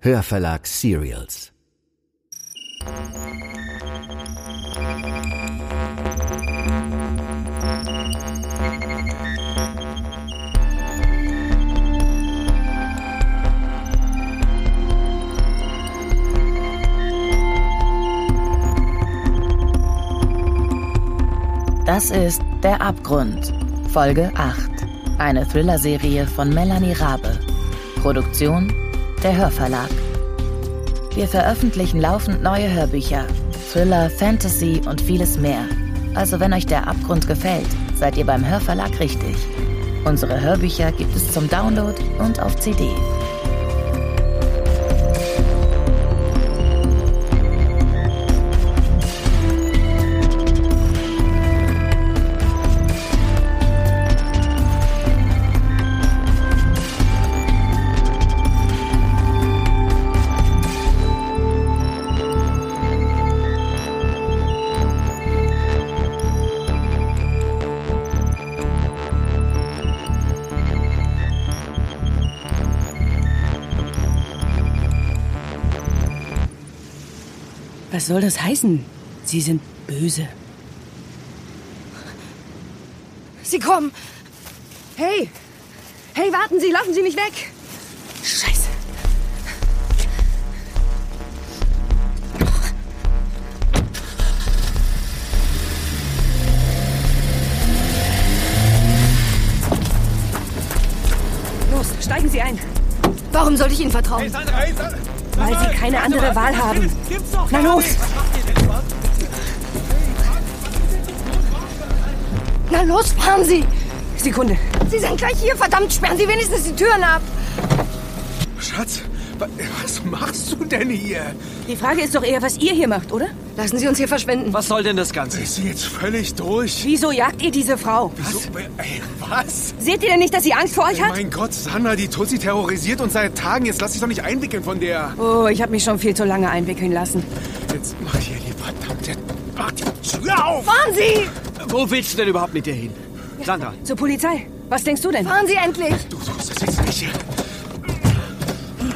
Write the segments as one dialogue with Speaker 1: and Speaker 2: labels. Speaker 1: Hörverlag Serials.
Speaker 2: Das ist Der Abgrund, Folge 8. Eine Thriller-Serie von Melanie Rabe. Produktion der Hörverlag. Wir veröffentlichen laufend neue Hörbücher, Thriller, Fantasy und vieles mehr. Also wenn euch der Abgrund gefällt, seid ihr beim Hörverlag richtig. Unsere Hörbücher gibt es zum Download und auf CD.
Speaker 3: Was soll das heißen? Sie sind böse.
Speaker 4: Sie kommen. Hey. Hey, warten Sie, laufen Sie nicht weg.
Speaker 3: Scheiße. Los, steigen Sie ein,
Speaker 4: Warum sollte ich Ihnen vertrauen?
Speaker 3: weil Sie keine andere Wahl haben. Na los!
Speaker 4: Na los, fahren Sie.
Speaker 3: Sekunde.
Speaker 4: Sie sind gleich hier, verdammt. Sperren Sie wenigstens die Türen ab.
Speaker 5: Schatz, wa- was machst du denn hier?
Speaker 3: Die Frage ist doch eher, was ihr hier macht, oder?
Speaker 4: Lassen Sie uns hier verschwinden.
Speaker 6: Was soll denn das Ganze?
Speaker 5: Ist sie jetzt völlig durch?
Speaker 3: Wieso jagt ihr diese Frau?
Speaker 5: Was? Ey, was?
Speaker 3: Seht ihr denn nicht, dass sie Angst vor euch hat?
Speaker 5: Mein Gott, Sandra, die Tussi terrorisiert uns seit Tagen. Jetzt lass dich doch nicht einwickeln von der.
Speaker 3: Oh, ich habe mich schon viel zu lange einwickeln lassen.
Speaker 5: Jetzt mach hier die verdammte. Mach die Tür auf!
Speaker 4: Fahren Sie!
Speaker 6: Wo willst du denn überhaupt mit dir hin? Sandra,
Speaker 3: Zur Polizei. Was denkst du denn?
Speaker 4: Fahren Sie endlich!
Speaker 5: Du suchst das jetzt nicht hier.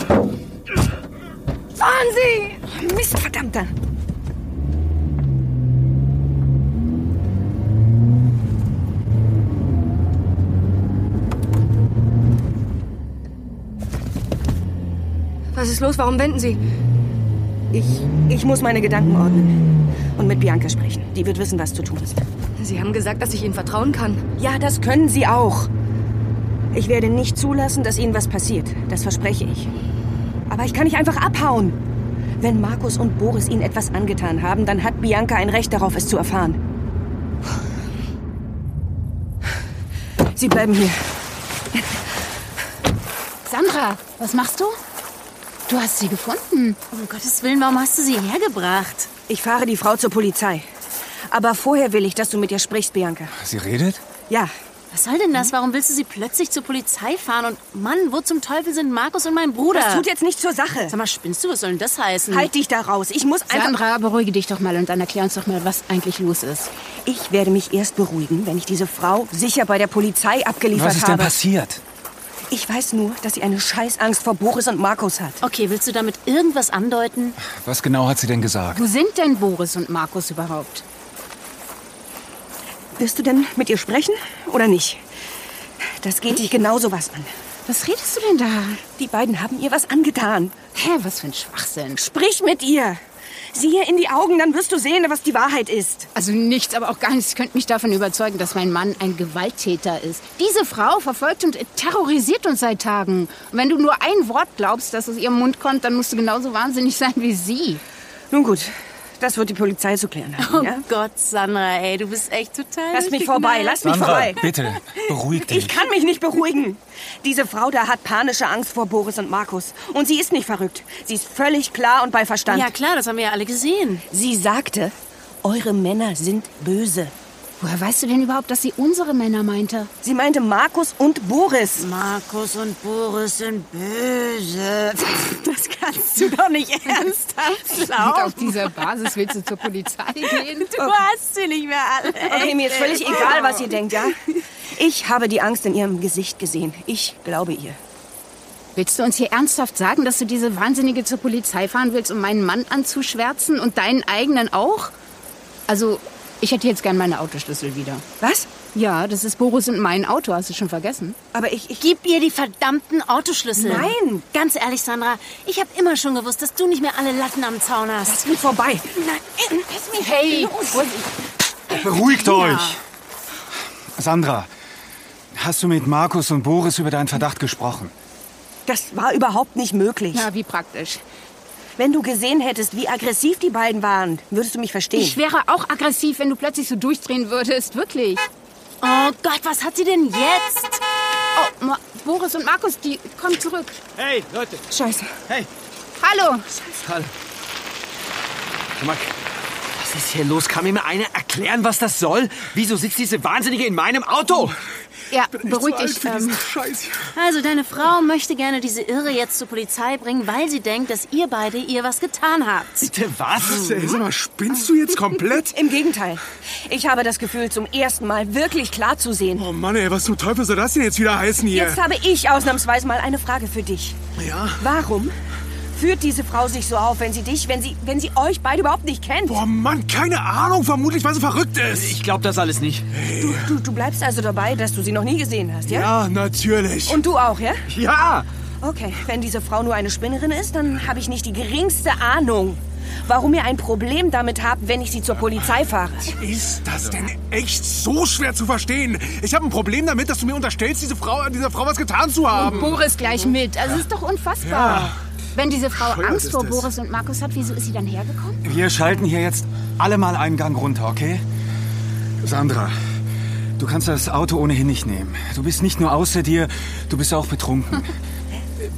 Speaker 4: Fahren Sie!
Speaker 3: Oh, Mist, verdammter.
Speaker 4: Was ist los? Warum wenden Sie?
Speaker 3: Ich, ich muss meine Gedanken ordnen. Und mit Bianca sprechen. Die wird wissen, was zu tun ist.
Speaker 4: Sie haben gesagt, dass ich Ihnen vertrauen kann.
Speaker 3: Ja, das können Sie auch. Ich werde nicht zulassen, dass Ihnen was passiert. Das verspreche ich. Aber ich kann nicht einfach abhauen. Wenn Markus und Boris Ihnen etwas angetan haben, dann hat Bianca ein Recht darauf, es zu erfahren. Sie bleiben hier.
Speaker 7: Sandra, was machst du? Du hast sie gefunden. Um Gottes Willen, warum hast du sie hergebracht?
Speaker 3: Ich fahre die Frau zur Polizei. Aber vorher will ich, dass du mit ihr sprichst, Bianca.
Speaker 5: Sie redet?
Speaker 3: Ja,
Speaker 7: Was soll denn das? Warum willst du sie plötzlich zur Polizei fahren? Und Mann, wo zum Teufel sind Markus und mein Bruder?
Speaker 3: das tut jetzt nicht zur Sache.
Speaker 7: Sag mal, spinnst du? Was soll denn das heißen?
Speaker 3: Halt dich da raus. Ich muss einfach...
Speaker 7: Sandra, beruhige dich doch mal und dann erklär uns doch mal, was eigentlich los ist.
Speaker 3: Ich werde mich erst beruhigen, wenn ich diese Frau sicher bei der Polizei abgeliefert habe.
Speaker 6: passiert?
Speaker 3: Ich weiß nur, dass sie eine Scheißangst vor Boris und Markus hat.
Speaker 7: Okay, willst du damit irgendwas andeuten?
Speaker 6: Was genau hat sie denn gesagt?
Speaker 7: Wo sind denn Boris und Markus überhaupt?
Speaker 3: Wirst du denn mit ihr sprechen oder nicht? Das geht dich genauso was an.
Speaker 7: Was redest du denn da?
Speaker 3: Die beiden haben ihr was angetan.
Speaker 7: Hä, was für ein Schwachsinn.
Speaker 3: Sprich mit ihr. Sieh ihr in die Augen, dann wirst du sehen, was die Wahrheit ist.
Speaker 7: Also nichts, aber auch gar nichts könnte mich davon überzeugen, dass mein Mann ein Gewalttäter ist. Diese Frau verfolgt und terrorisiert uns seit Tagen. Und wenn du nur ein Wort glaubst, das aus ihrem Mund kommt, dann musst du genauso wahnsinnig sein wie sie.
Speaker 3: Nun gut, das wird die Polizei zu klären haben. ja?
Speaker 7: Oh Gott, Sandra, ey, du bist echt total.
Speaker 3: Lass mich vorbei, lass mich vorbei.
Speaker 6: bitte, beruhig
Speaker 3: Ich kann mich nicht beruhigen. Diese Frau da hat panische Angst vor Boris und Markus. Und sie ist nicht verrückt. Sie ist völlig klar und bei Verstand.
Speaker 7: Ja, klar, das haben wir ja alle gesehen.
Speaker 3: Sie sagte, eure Männer sind böse.
Speaker 7: Woher weißt du denn überhaupt, dass sie unsere Männer meinte?
Speaker 3: Sie meinte Markus und Boris.
Speaker 7: Markus und Boris sind böse.
Speaker 3: Das kannst du doch nicht ernsthaft
Speaker 7: Und auf dieser Basis willst du zur Polizei gehen?
Speaker 3: Du hast sie nicht mehr alle. Okay, mir ist völlig egal, was ihr denkt, ja? Ich habe die Angst in ihrem Gesicht gesehen. Ich glaube ihr.
Speaker 7: Willst du uns hier ernsthaft sagen, dass du diese Wahnsinnige zur Polizei fahren willst, um meinen Mann anzuschwärzen und deinen eigenen auch? Also, ich hätte jetzt gern meine Autoschlüssel wieder.
Speaker 3: Was?
Speaker 7: Ja, das ist Boris und mein Auto, hast du schon vergessen?
Speaker 3: Aber ich, ich
Speaker 8: Gib ihr die verdammten Autoschlüssel.
Speaker 3: Nein.
Speaker 8: Ganz ehrlich, Sandra, ich habe immer schon gewusst, dass du nicht mehr alle Latten am Zaun hast.
Speaker 3: lass mich vorbei.
Speaker 8: Nein, lass mich
Speaker 7: Hey,
Speaker 6: Beruhigt euch! Sandra, hast du mit Markus und Boris über deinen Verdacht gesprochen?
Speaker 3: Das war überhaupt nicht möglich.
Speaker 7: Na, wie praktisch.
Speaker 3: Wenn du gesehen hättest, wie aggressiv die beiden waren, würdest du mich verstehen.
Speaker 7: Ich wäre auch aggressiv, wenn du plötzlich so durchdrehen würdest, wirklich.
Speaker 8: Oh Gott, was hat sie denn jetzt?
Speaker 7: Oh, Ma Boris und Markus, die kommen zurück.
Speaker 6: Hey, Leute!
Speaker 3: Scheiße.
Speaker 6: Hey!
Speaker 7: Hallo.
Speaker 6: Hallo. Mark, was ist hier los? Kann mir mal einer erklären, was das soll? Wieso sitzt diese Wahnsinnige in meinem Auto?
Speaker 7: Ja,
Speaker 5: Ich bin echt
Speaker 7: beruhig
Speaker 5: zu alt
Speaker 7: dich.
Speaker 5: für
Speaker 7: Ähm,
Speaker 5: diesen Scheiß hier.
Speaker 8: Also, deine Frau möchte gerne diese Irre jetzt zur Polizei bringen, weil sie denkt, dass ihr beide ihr was getan habt.
Speaker 6: Bitte was?
Speaker 5: Ey, sag mal, spinnst du jetzt komplett?
Speaker 3: Im Gegenteil. Ich habe das Gefühl, zum ersten Mal wirklich klar zu sehen.
Speaker 5: Oh Mann, ey, was zum Teufel soll das denn jetzt wieder heißen hier?
Speaker 3: Jetzt habe ich ausnahmsweise mal eine Frage für dich.
Speaker 5: Ja?
Speaker 3: Warum führt diese Frau sich so auf, wenn sie dich, wenn sie, wenn sie euch beide überhaupt nicht kennt?
Speaker 5: Boah, Oh Mann, keine Ahnung, vermutlich, weil sie verrückt ist.
Speaker 6: Ich glaube das alles nicht.
Speaker 3: Du, du, du bleibst also dabei, dass du sie noch nie gesehen hast, ja?
Speaker 5: Ja, natürlich.
Speaker 3: Und du auch, ja?
Speaker 6: Ja!
Speaker 3: Okay, wenn diese Frau nur eine Spinnerin ist, dann habe ich nicht die geringste Ahnung, warum ihr ein Problem damit habt, wenn ich sie zur Polizei fahre.
Speaker 5: Ist
Speaker 6: Also-
Speaker 5: das denn echt so schwer zu verstehen? Ich habe ein Problem damit, dass du mir unterstellst, diese Frau, dieser Frau was getan zu haben.
Speaker 7: Boris gleich mit. Also, es ist doch unfassbar.
Speaker 5: Ja.
Speaker 7: Wenn diese Frau
Speaker 5: Bescheuert
Speaker 7: Angst
Speaker 5: ist
Speaker 7: vor
Speaker 5: das.
Speaker 7: Boris und Markus hat, wieso ist sie dann hergekommen?
Speaker 6: Wir schalten hier jetzt alle mal einen Gang runter, okay? Sandra, du kannst das Auto ohnehin nicht nehmen. Du bist nicht nur außer dir, du bist auch betrunken.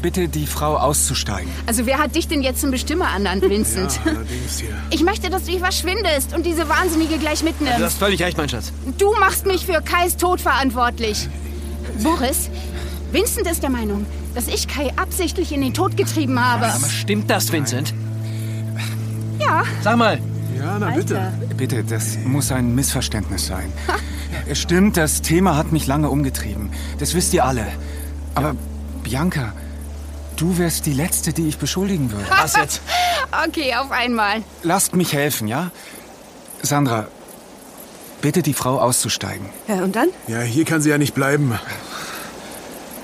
Speaker 6: Bitte die Frau auszusteigen.
Speaker 7: Also wer hat dich denn jetzt zum Bestimmer ernannt, Vincent?
Speaker 5: Allerdings hier.
Speaker 7: Ich möchte, dass du dich verschwindest und diese Wahnsinnige gleich mitnimmst.
Speaker 5: Also-
Speaker 6: hast völlig recht, mein Schatz.
Speaker 7: Du machst mich für Kais Tod verantwortlich. Boris, Vincent ist der Meinung, dass ich Kai absichtlich in den Tod getrieben habe.
Speaker 6: Stimmt das, Vincent?
Speaker 7: Ja,
Speaker 6: Sag mal.
Speaker 5: Ja, na bitte.
Speaker 6: Bitte, das muss ein Missverständnis sein. Es stimmt, das Thema hat mich lange umgetrieben. Das wisst ihr alle. Aber Bianca, du wärst die Letzte, die ich beschuldigen würde. Was jetzt?
Speaker 7: okay, auf einmal.
Speaker 6: Lasst mich helfen, ja? Sandra, bitte die Frau auszusteigen.
Speaker 3: Ja, Äh, und dann?
Speaker 5: Ja, hier kann sie ja nicht bleiben.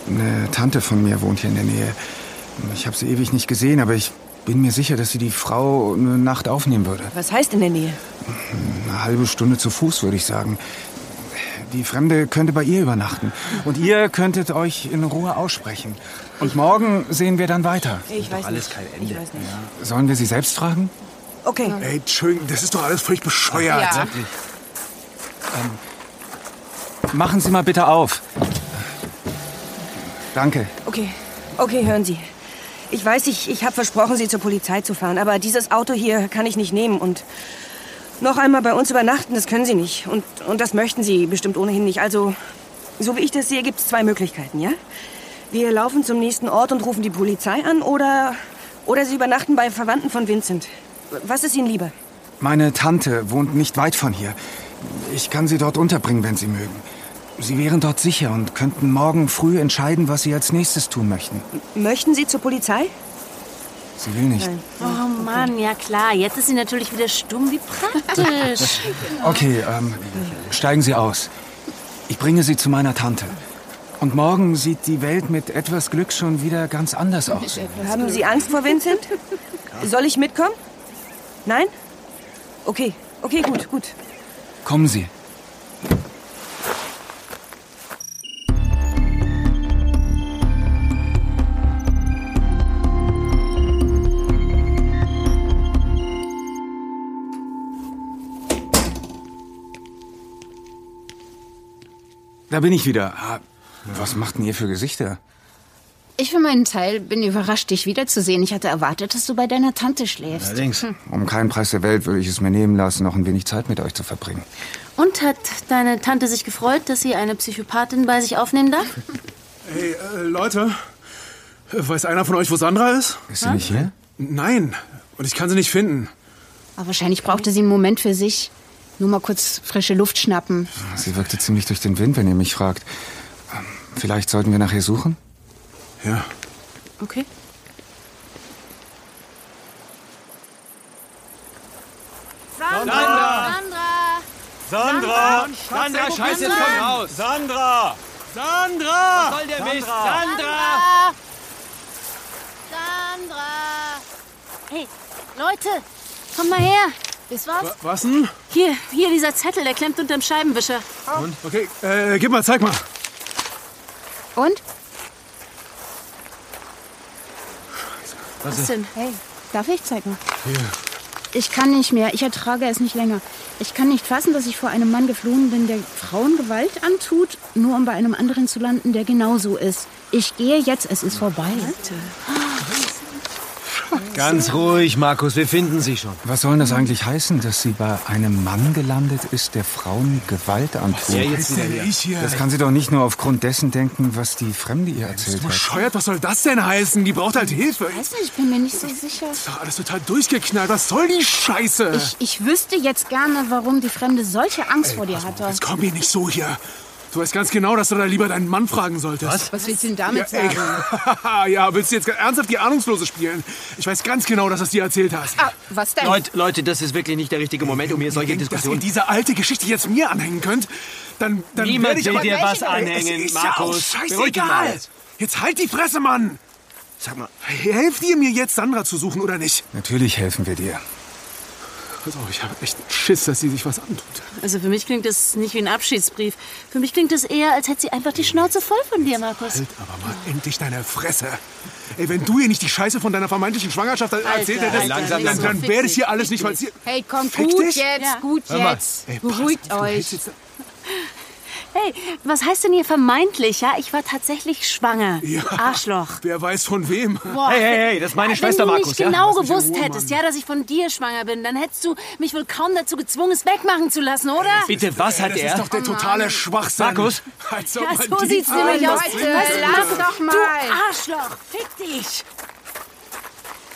Speaker 6: Eine Tante von mir wohnt hier in der Nähe. Ich habe sie ewig nicht gesehen, aber ich bin mir sicher, dass sie die Frau eine Nacht aufnehmen würde.
Speaker 3: Was heißt in der Nähe?
Speaker 6: Eine halbe Stunde zu Fuß, würde ich sagen. Die Fremde könnte bei ihr übernachten. Und ihr könntet euch in Ruhe aussprechen. Und morgen sehen wir dann weiter.
Speaker 3: Ich weiß alles nicht. Kein Ende. Ich weiß nicht.
Speaker 6: Sollen wir sie selbst fragen?
Speaker 3: Okay.
Speaker 5: Ey, Entschuldigung, das ist doch alles völlig bescheuert.
Speaker 7: Ja.
Speaker 6: Machen Sie mal bitte auf. Danke.
Speaker 3: Okay, okay, hören Sie. Ich weiß, ich, ich habe versprochen, Sie zur Polizei zu fahren, aber dieses Auto hier kann ich nicht nehmen und noch einmal bei uns übernachten, das können Sie nicht. Und, und das möchten Sie bestimmt ohnehin nicht. Also, so wie ich das sehe, gibt es zwei Möglichkeiten, ja? Wir laufen zum nächsten Ort und rufen die Polizei an oder, oder Sie übernachten bei Verwandten von Vincent. Was ist Ihnen lieber?
Speaker 6: Meine Tante wohnt nicht weit von hier. Ich kann sie dort unterbringen, wenn Sie mögen. Sie wären dort sicher und könnten morgen früh entscheiden, was Sie als nächstes tun möchten.
Speaker 3: Möchten Sie zur Polizei?
Speaker 6: Sie will nicht.
Speaker 8: Oh Mann, ja klar, jetzt ist sie natürlich wieder stumm, wie praktisch.
Speaker 6: Okay, ähm, steigen Sie aus. Ich bringe Sie zu meiner Tante. Und morgen sieht die Welt mit etwas Glück schon wieder ganz anders aus.
Speaker 3: Haben Sie Angst vor Vincent? Soll ich mitkommen? Nein? Okay, okay, gut, gut.
Speaker 6: Kommen Sie. Da bin ich wieder. Ah, Was macht denn ihr für Gesichter?
Speaker 7: Ich für meinen Teil bin überrascht, dich wiederzusehen. Ich hatte erwartet, dass du bei deiner Tante schläfst.
Speaker 6: Allerdings. Um keinen Preis der Welt würde ich es mir nehmen lassen, noch ein wenig Zeit mit euch zu verbringen.
Speaker 8: Und hat deine Tante sich gefreut, dass sie eine Psychopathin bei sich aufnehmen darf?
Speaker 5: Ey, äh, Leute, weiß einer von euch, wo Sandra ist?
Speaker 6: Ist sie nicht hier?
Speaker 5: Nein, und ich kann sie nicht finden.
Speaker 7: Aber wahrscheinlich brauchte sie einen Moment für sich. Nur mal kurz frische Luft schnappen.
Speaker 6: Sie wirkte ziemlich durch den Wind, wenn ihr mich fragt. Ähm, Vielleicht sollten wir nach ihr suchen?
Speaker 5: Ja,
Speaker 7: Okay.
Speaker 9: Sandra! Sandra!
Speaker 8: Sandra!
Speaker 10: Sandra, scheiße, jetzt komm raus!
Speaker 9: Sandra!
Speaker 10: Sandra!
Speaker 9: Was soll der Mist?
Speaker 10: Sandra!
Speaker 8: Sandra! Hey, Leute, komm mal her.
Speaker 7: Das war's.
Speaker 5: Was denn?
Speaker 8: Hier, hier, dieser Zettel, der klemmt unterm Scheibenwischer.
Speaker 5: Und? Okay, äh, gib mal, zeig mal.
Speaker 7: Und?
Speaker 8: Was denn?
Speaker 7: Hey, darf ich zeigen?
Speaker 5: Hier.
Speaker 7: Ich kann nicht mehr. Ich ertrage es nicht länger. Ich kann nicht fassen, dass ich vor einem Mann geflohen bin, der Frauen Gewalt antut, nur um bei einem anderen zu landen, der genauso ist. Ich gehe jetzt. Es ist vorbei.
Speaker 10: Ganz ruhig, Markus, wir finden sie schon.
Speaker 6: Was soll denn das eigentlich heißen, dass sie bei einem Mann gelandet ist, der Frauen Gewalt antut?
Speaker 10: der jetzt
Speaker 5: Was denn ich hier?
Speaker 6: Das kann sie doch nicht nur aufgrund dessen denken, was die Fremde ihr
Speaker 5: Bist
Speaker 6: erzählt
Speaker 5: du
Speaker 6: hat.
Speaker 5: bescheuert? Was soll das denn heißen? Die braucht halt Hilfe.
Speaker 7: Ich weiß nicht, ich bin mir nicht so sicher.
Speaker 5: Ist doch alles total durchgeknallt. Was soll die Scheiße?
Speaker 7: Ich, ich wüsste jetzt gerne, warum die Fremde solche Angst vor dir hatte.
Speaker 5: Jetzt komm Also, mir nicht so hier. Du weißt ganz genau, dass du da lieber deinen Mann fragen solltest.
Speaker 7: Was willst du denn damit
Speaker 5: Ja,
Speaker 7: sagen?
Speaker 5: ey. ja, willst du jetzt ernsthaft die Ahnungslose spielen? Ich weiß ganz genau, dass du es dir erzählt hast.
Speaker 7: Ah, was denn?
Speaker 10: Leute, Leute, das ist wirklich nicht der richtige Moment, um hier solche
Speaker 5: Wenn ihr
Speaker 10: Diskussionen...
Speaker 5: diese alte Geschichte jetzt mir anhängen könnt, dann, dann werde
Speaker 10: Niemand
Speaker 5: ich
Speaker 10: will
Speaker 5: aber-
Speaker 10: dir
Speaker 5: Es
Speaker 10: was anhängen,
Speaker 5: ist
Speaker 10: Markus.
Speaker 5: Ja auch
Speaker 10: Beruhig dich mal.
Speaker 5: scheißegal. Jetzt halt die Fresse, Mann.
Speaker 10: Sag mal,
Speaker 5: Helft ihr mir jetzt, Sandra zu suchen oder nicht?
Speaker 6: Natürlich helfen wir dir.
Speaker 5: Pass auf, ich habe echt Schiss, dass sie sich was antut.
Speaker 8: Also für mich klingt das nicht wie ein Abschiedsbrief. Für mich klingt das eher, als hätte sie einfach die Schnauze voll von dir, Markus.
Speaker 5: Halt aber mal endlich deine Fresse. Ey, wenn du ihr nicht die Scheiße von deiner vermeintlichen Schwangerschaft erzählt
Speaker 8: Alter,
Speaker 5: hättest,
Speaker 10: Alter,
Speaker 5: dann,
Speaker 10: langsam,
Speaker 5: dann wäre das hier alles nicht passiert.
Speaker 7: Hey, komm,
Speaker 5: Fick
Speaker 7: gut
Speaker 5: dich.
Speaker 7: jetzt, gut
Speaker 10: mal.
Speaker 7: jetzt.
Speaker 5: Ey, pass
Speaker 7: Beruhigt
Speaker 5: auf, du hältst
Speaker 7: euch.
Speaker 5: jetzt-
Speaker 8: Hey, was heißt denn hier vermeintlich, ja? Ich war tatsächlich schwanger.
Speaker 5: Ja.
Speaker 8: Arschloch.
Speaker 5: Wer weiß von wem.
Speaker 8: Boah.
Speaker 10: hey, hey, hey, das ist meine
Speaker 8: Wenn
Speaker 10: Schwester,
Speaker 8: du
Speaker 10: Markus,
Speaker 8: nicht genau
Speaker 5: Lass mich in
Speaker 8: gewusst
Speaker 5: Ruhe,
Speaker 8: hättest,
Speaker 5: Mann.
Speaker 8: ja, dass ich von dir schwanger bin, dann hättest du mich wohl kaum dazu gezwungen, es wegmachen zu lassen, oder?
Speaker 10: ja? Bitte, was hat
Speaker 5: das
Speaker 10: er?
Speaker 5: ist doch der totale Schwachsinn.
Speaker 10: Markus?
Speaker 5: Als ob
Speaker 8: Ja,
Speaker 5: man
Speaker 8: so
Speaker 5: die
Speaker 8: sieht's nämlich aus.
Speaker 7: Leute, lass doch
Speaker 8: Du
Speaker 7: mal.
Speaker 8: Arschloch, fick dich.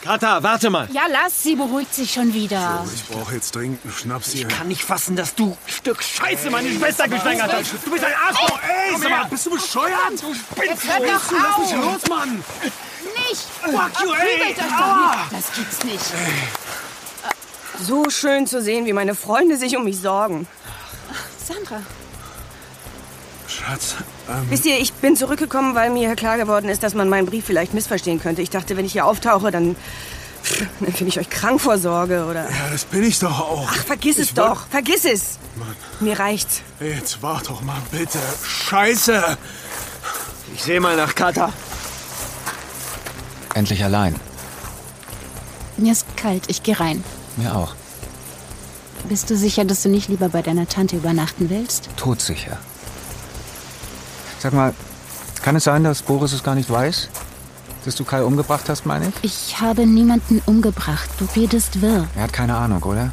Speaker 10: Kata, warte mal.
Speaker 7: Ja, lass sie, beruhigt sich schon wieder.
Speaker 5: Ich brauche jetzt dringend einen Schnaps hier.
Speaker 10: Kann nicht fassen, dass du Stück Scheiße meine Schwester geschwängert hast. Du bist ein Arschloch.
Speaker 5: Ey, sag mal, bist du bescheuert? Du spinnst
Speaker 7: Jetzt hör
Speaker 5: doch.
Speaker 7: doch
Speaker 5: Lass mich
Speaker 7: auf.
Speaker 5: los, Mann.
Speaker 7: Nicht!
Speaker 5: Fuck you, ey.
Speaker 7: Prügelt euch doch nicht. Das gibt's nicht.
Speaker 3: So schön zu sehen, wie meine Freunde sich um mich sorgen.
Speaker 7: Sandra,
Speaker 5: Schatz, ähm,
Speaker 3: Wisst ihr, ich bin zurückgekommen, weil mir klar geworden ist, dass man meinen Brief vielleicht missverstehen könnte. Ich dachte, wenn ich hier auftauche, dann, pff, dann finde ich euch krank vor Sorge oder...
Speaker 5: ja, das bin ich doch auch.
Speaker 3: Ach, vergiss es
Speaker 5: Ich wollt-
Speaker 3: doch. Vergiss es.
Speaker 5: Mann,
Speaker 3: Mir reicht's.
Speaker 5: ey, jetzt wart doch mal bitte. Scheiße.
Speaker 10: Ich sehe mal nach Kata.
Speaker 6: Endlich allein.
Speaker 7: mir ist kalt. Ich gehe rein.
Speaker 6: Mir auch.
Speaker 7: Bist du sicher, dass du nicht lieber bei deiner Tante übernachten willst?
Speaker 6: Todsicher. Sag mal, kann es sein, dass Boris es gar nicht weiß? Dass du Kai umgebracht hast, meine ich?
Speaker 7: Ich habe niemanden umgebracht. Du redest wirr.
Speaker 6: Er hat keine Ahnung, oder?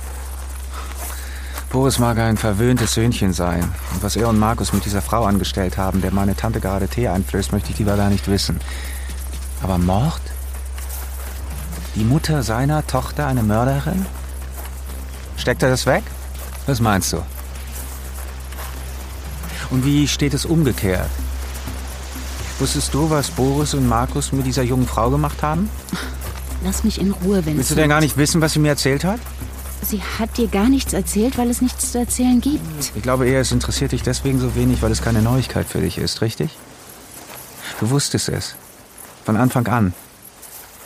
Speaker 6: Boris mag ein verwöhntes Söhnchen sein. Und was er und Markus mit dieser Frau angestellt haben, der meine Tante gerade Tee einflößt, möchte ich lieber gar nicht wissen. Aber Mord? Die Mutter seiner Tochter eine Mörderin? Steckt er das weg? Was meinst du? Und wie steht es umgekehrt? Wusstest du, was Boris und Markus mit dieser jungen Frau gemacht haben?
Speaker 7: Lass mich in Ruhe, Vincent.
Speaker 6: Willst du denn gar nicht wissen, was sie mir erzählt hat?
Speaker 7: Sie hat dir gar nichts erzählt, weil es nichts zu erzählen gibt.
Speaker 6: Ich glaube eher, es interessiert dich deswegen so wenig, weil es keine Neuigkeit für dich ist, richtig? Du wusstest es. Von Anfang an.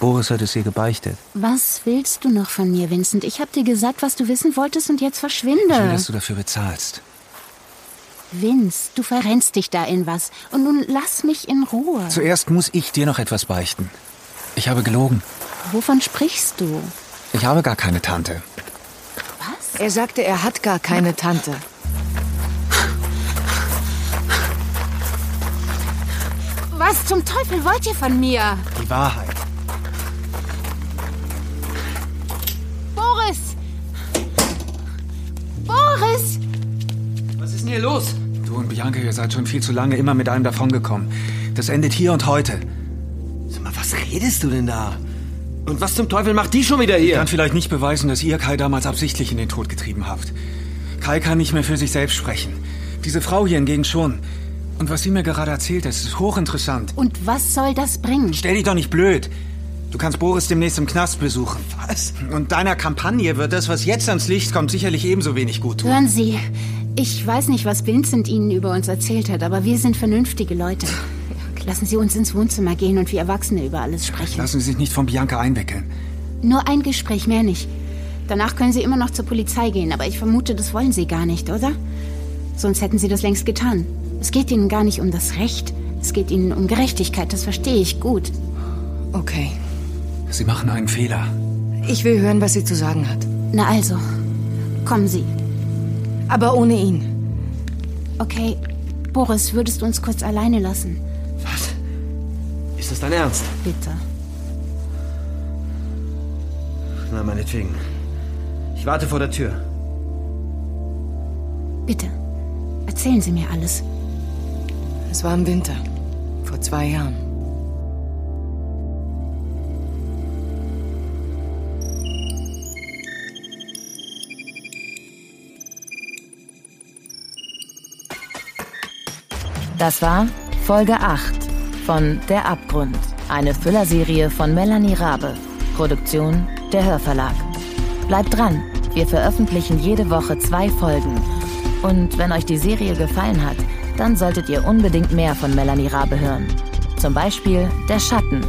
Speaker 6: Boris hat es ihr gebeichtet.
Speaker 7: Was willst du noch von mir, Vincent? Ich habe dir gesagt, was du wissen wolltest und jetzt
Speaker 6: Ich will,
Speaker 7: verschwinde.
Speaker 6: dass du dafür bezahlst.
Speaker 7: Vince, du verrennst dich da in was. Und nun lass mich in Ruhe.
Speaker 6: Zuerst muss ich dir noch etwas beichten. Ich habe gelogen.
Speaker 7: Wovon sprichst du?
Speaker 6: Ich habe gar keine Tante.
Speaker 7: Was?
Speaker 11: Er sagte, er hat gar keine Tante.
Speaker 7: Was zum Teufel wollt ihr von mir?
Speaker 6: Die Wahrheit.
Speaker 7: Boris! Boris!
Speaker 10: Was ist denn hier los?
Speaker 6: Du und Bianca, ihr seid schon viel zu lange immer mit einem davongekommen. Das endet hier und heute.
Speaker 10: Sag mal, was redest du denn da? Und was zum Teufel macht die schon wieder hier?
Speaker 6: Kann vielleicht nicht beweisen, dass ihr Kai damals absichtlich in den Tod getrieben habt. Kai kann nicht mehr für sich selbst sprechen. Diese Frau hier hingegen schon. Und was sie mir gerade erzählt hat, ist hochinteressant.
Speaker 7: Und was soll das bringen?
Speaker 6: Stell dich doch nicht blöd. Du kannst Boris demnächst im Knast besuchen. Was? Und deiner Kampagne wird das, was jetzt ans Licht kommt, sicherlich ebenso wenig gut tun.
Speaker 7: Hören Sie, ich weiß nicht, was Vincent Ihnen über uns erzählt hat, aber wir sind vernünftige Leute. Lassen Sie uns ins Wohnzimmer gehen und wir Erwachsene über alles sprechen.
Speaker 6: Lassen Sie sich nicht von Bianca einwickeln.
Speaker 7: Nur ein Gespräch, mehr nicht. Danach können Sie immer noch zur Polizei gehen, aber ich vermute, das wollen Sie gar nicht, oder? Sonst hätten Sie das längst getan. Es geht Ihnen gar nicht um das Recht. Es geht Ihnen um Gerechtigkeit, das verstehe ich gut.
Speaker 11: Okay.
Speaker 6: Sie machen einen Fehler.
Speaker 11: Ich will hören, was sie zu sagen hat.
Speaker 7: Na also, kommen Sie.
Speaker 11: Aber ohne ihn.
Speaker 7: Okay, Boris, würdest du uns kurz alleine lassen?
Speaker 10: Ist das dein Ernst?
Speaker 7: Bitte.
Speaker 10: Na, meinetwegen. Ich warte vor der Tür.
Speaker 7: Bitte. Erzählen Sie mir alles.
Speaker 11: Es war im Winter. Vor zwei Jahren.
Speaker 2: Das war Folge 8 von Der Abgrund, eine Füllerserie von Melanie Rabe, Produktion der Hörverlag. Bleibt dran, wir veröffentlichen jede Woche zwei Folgen. Und wenn euch die Serie gefallen hat, dann solltet ihr unbedingt mehr von Melanie Rabe hören. Zum Beispiel Der Schatten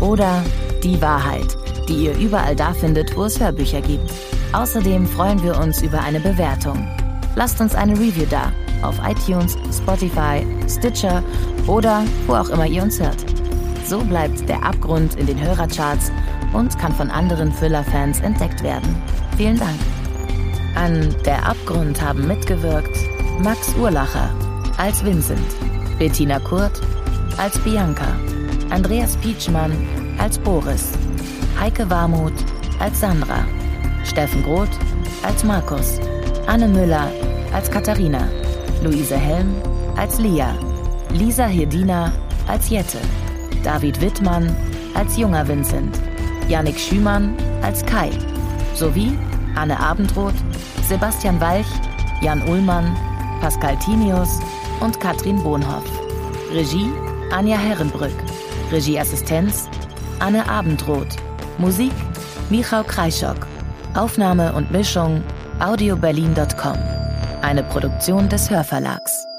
Speaker 2: oder Die Wahrheit, die ihr überall da findet, wo es Hörbücher gibt. Außerdem freuen wir uns über eine Bewertung. Lasst uns eine Review da auf iTunes, Spotify, Stitcher oder wo auch immer ihr uns hört. So bleibt der Abgrund in den Hörercharts und kann von anderen Thriller-Fans entdeckt werden. Vielen Dank. An Der Abgrund haben mitgewirkt Max Urlacher als Vincent, Bettina Kurt als Bianca, Andreas Pietschmann als Boris, Heike Warmuth als Sandra, Steffen Groth als Markus, Anne Müller als Katharina, Luise Helm als Lia, Lisa Hirdina als Jette, David Wittmann als junger Vincent, Yannick Schümann als Kai, sowie Anne Abendroth, Sebastian Walch, Jan Ullmann, Pascal Tinius und Katrin Bohnhoff. Regie Anja Herrenbrück. Regieassistenz Anne Abendroth. Musik Michał Kreischock. Aufnahme und Mischung audioberlin.com. Eine Produktion des Hörverlags.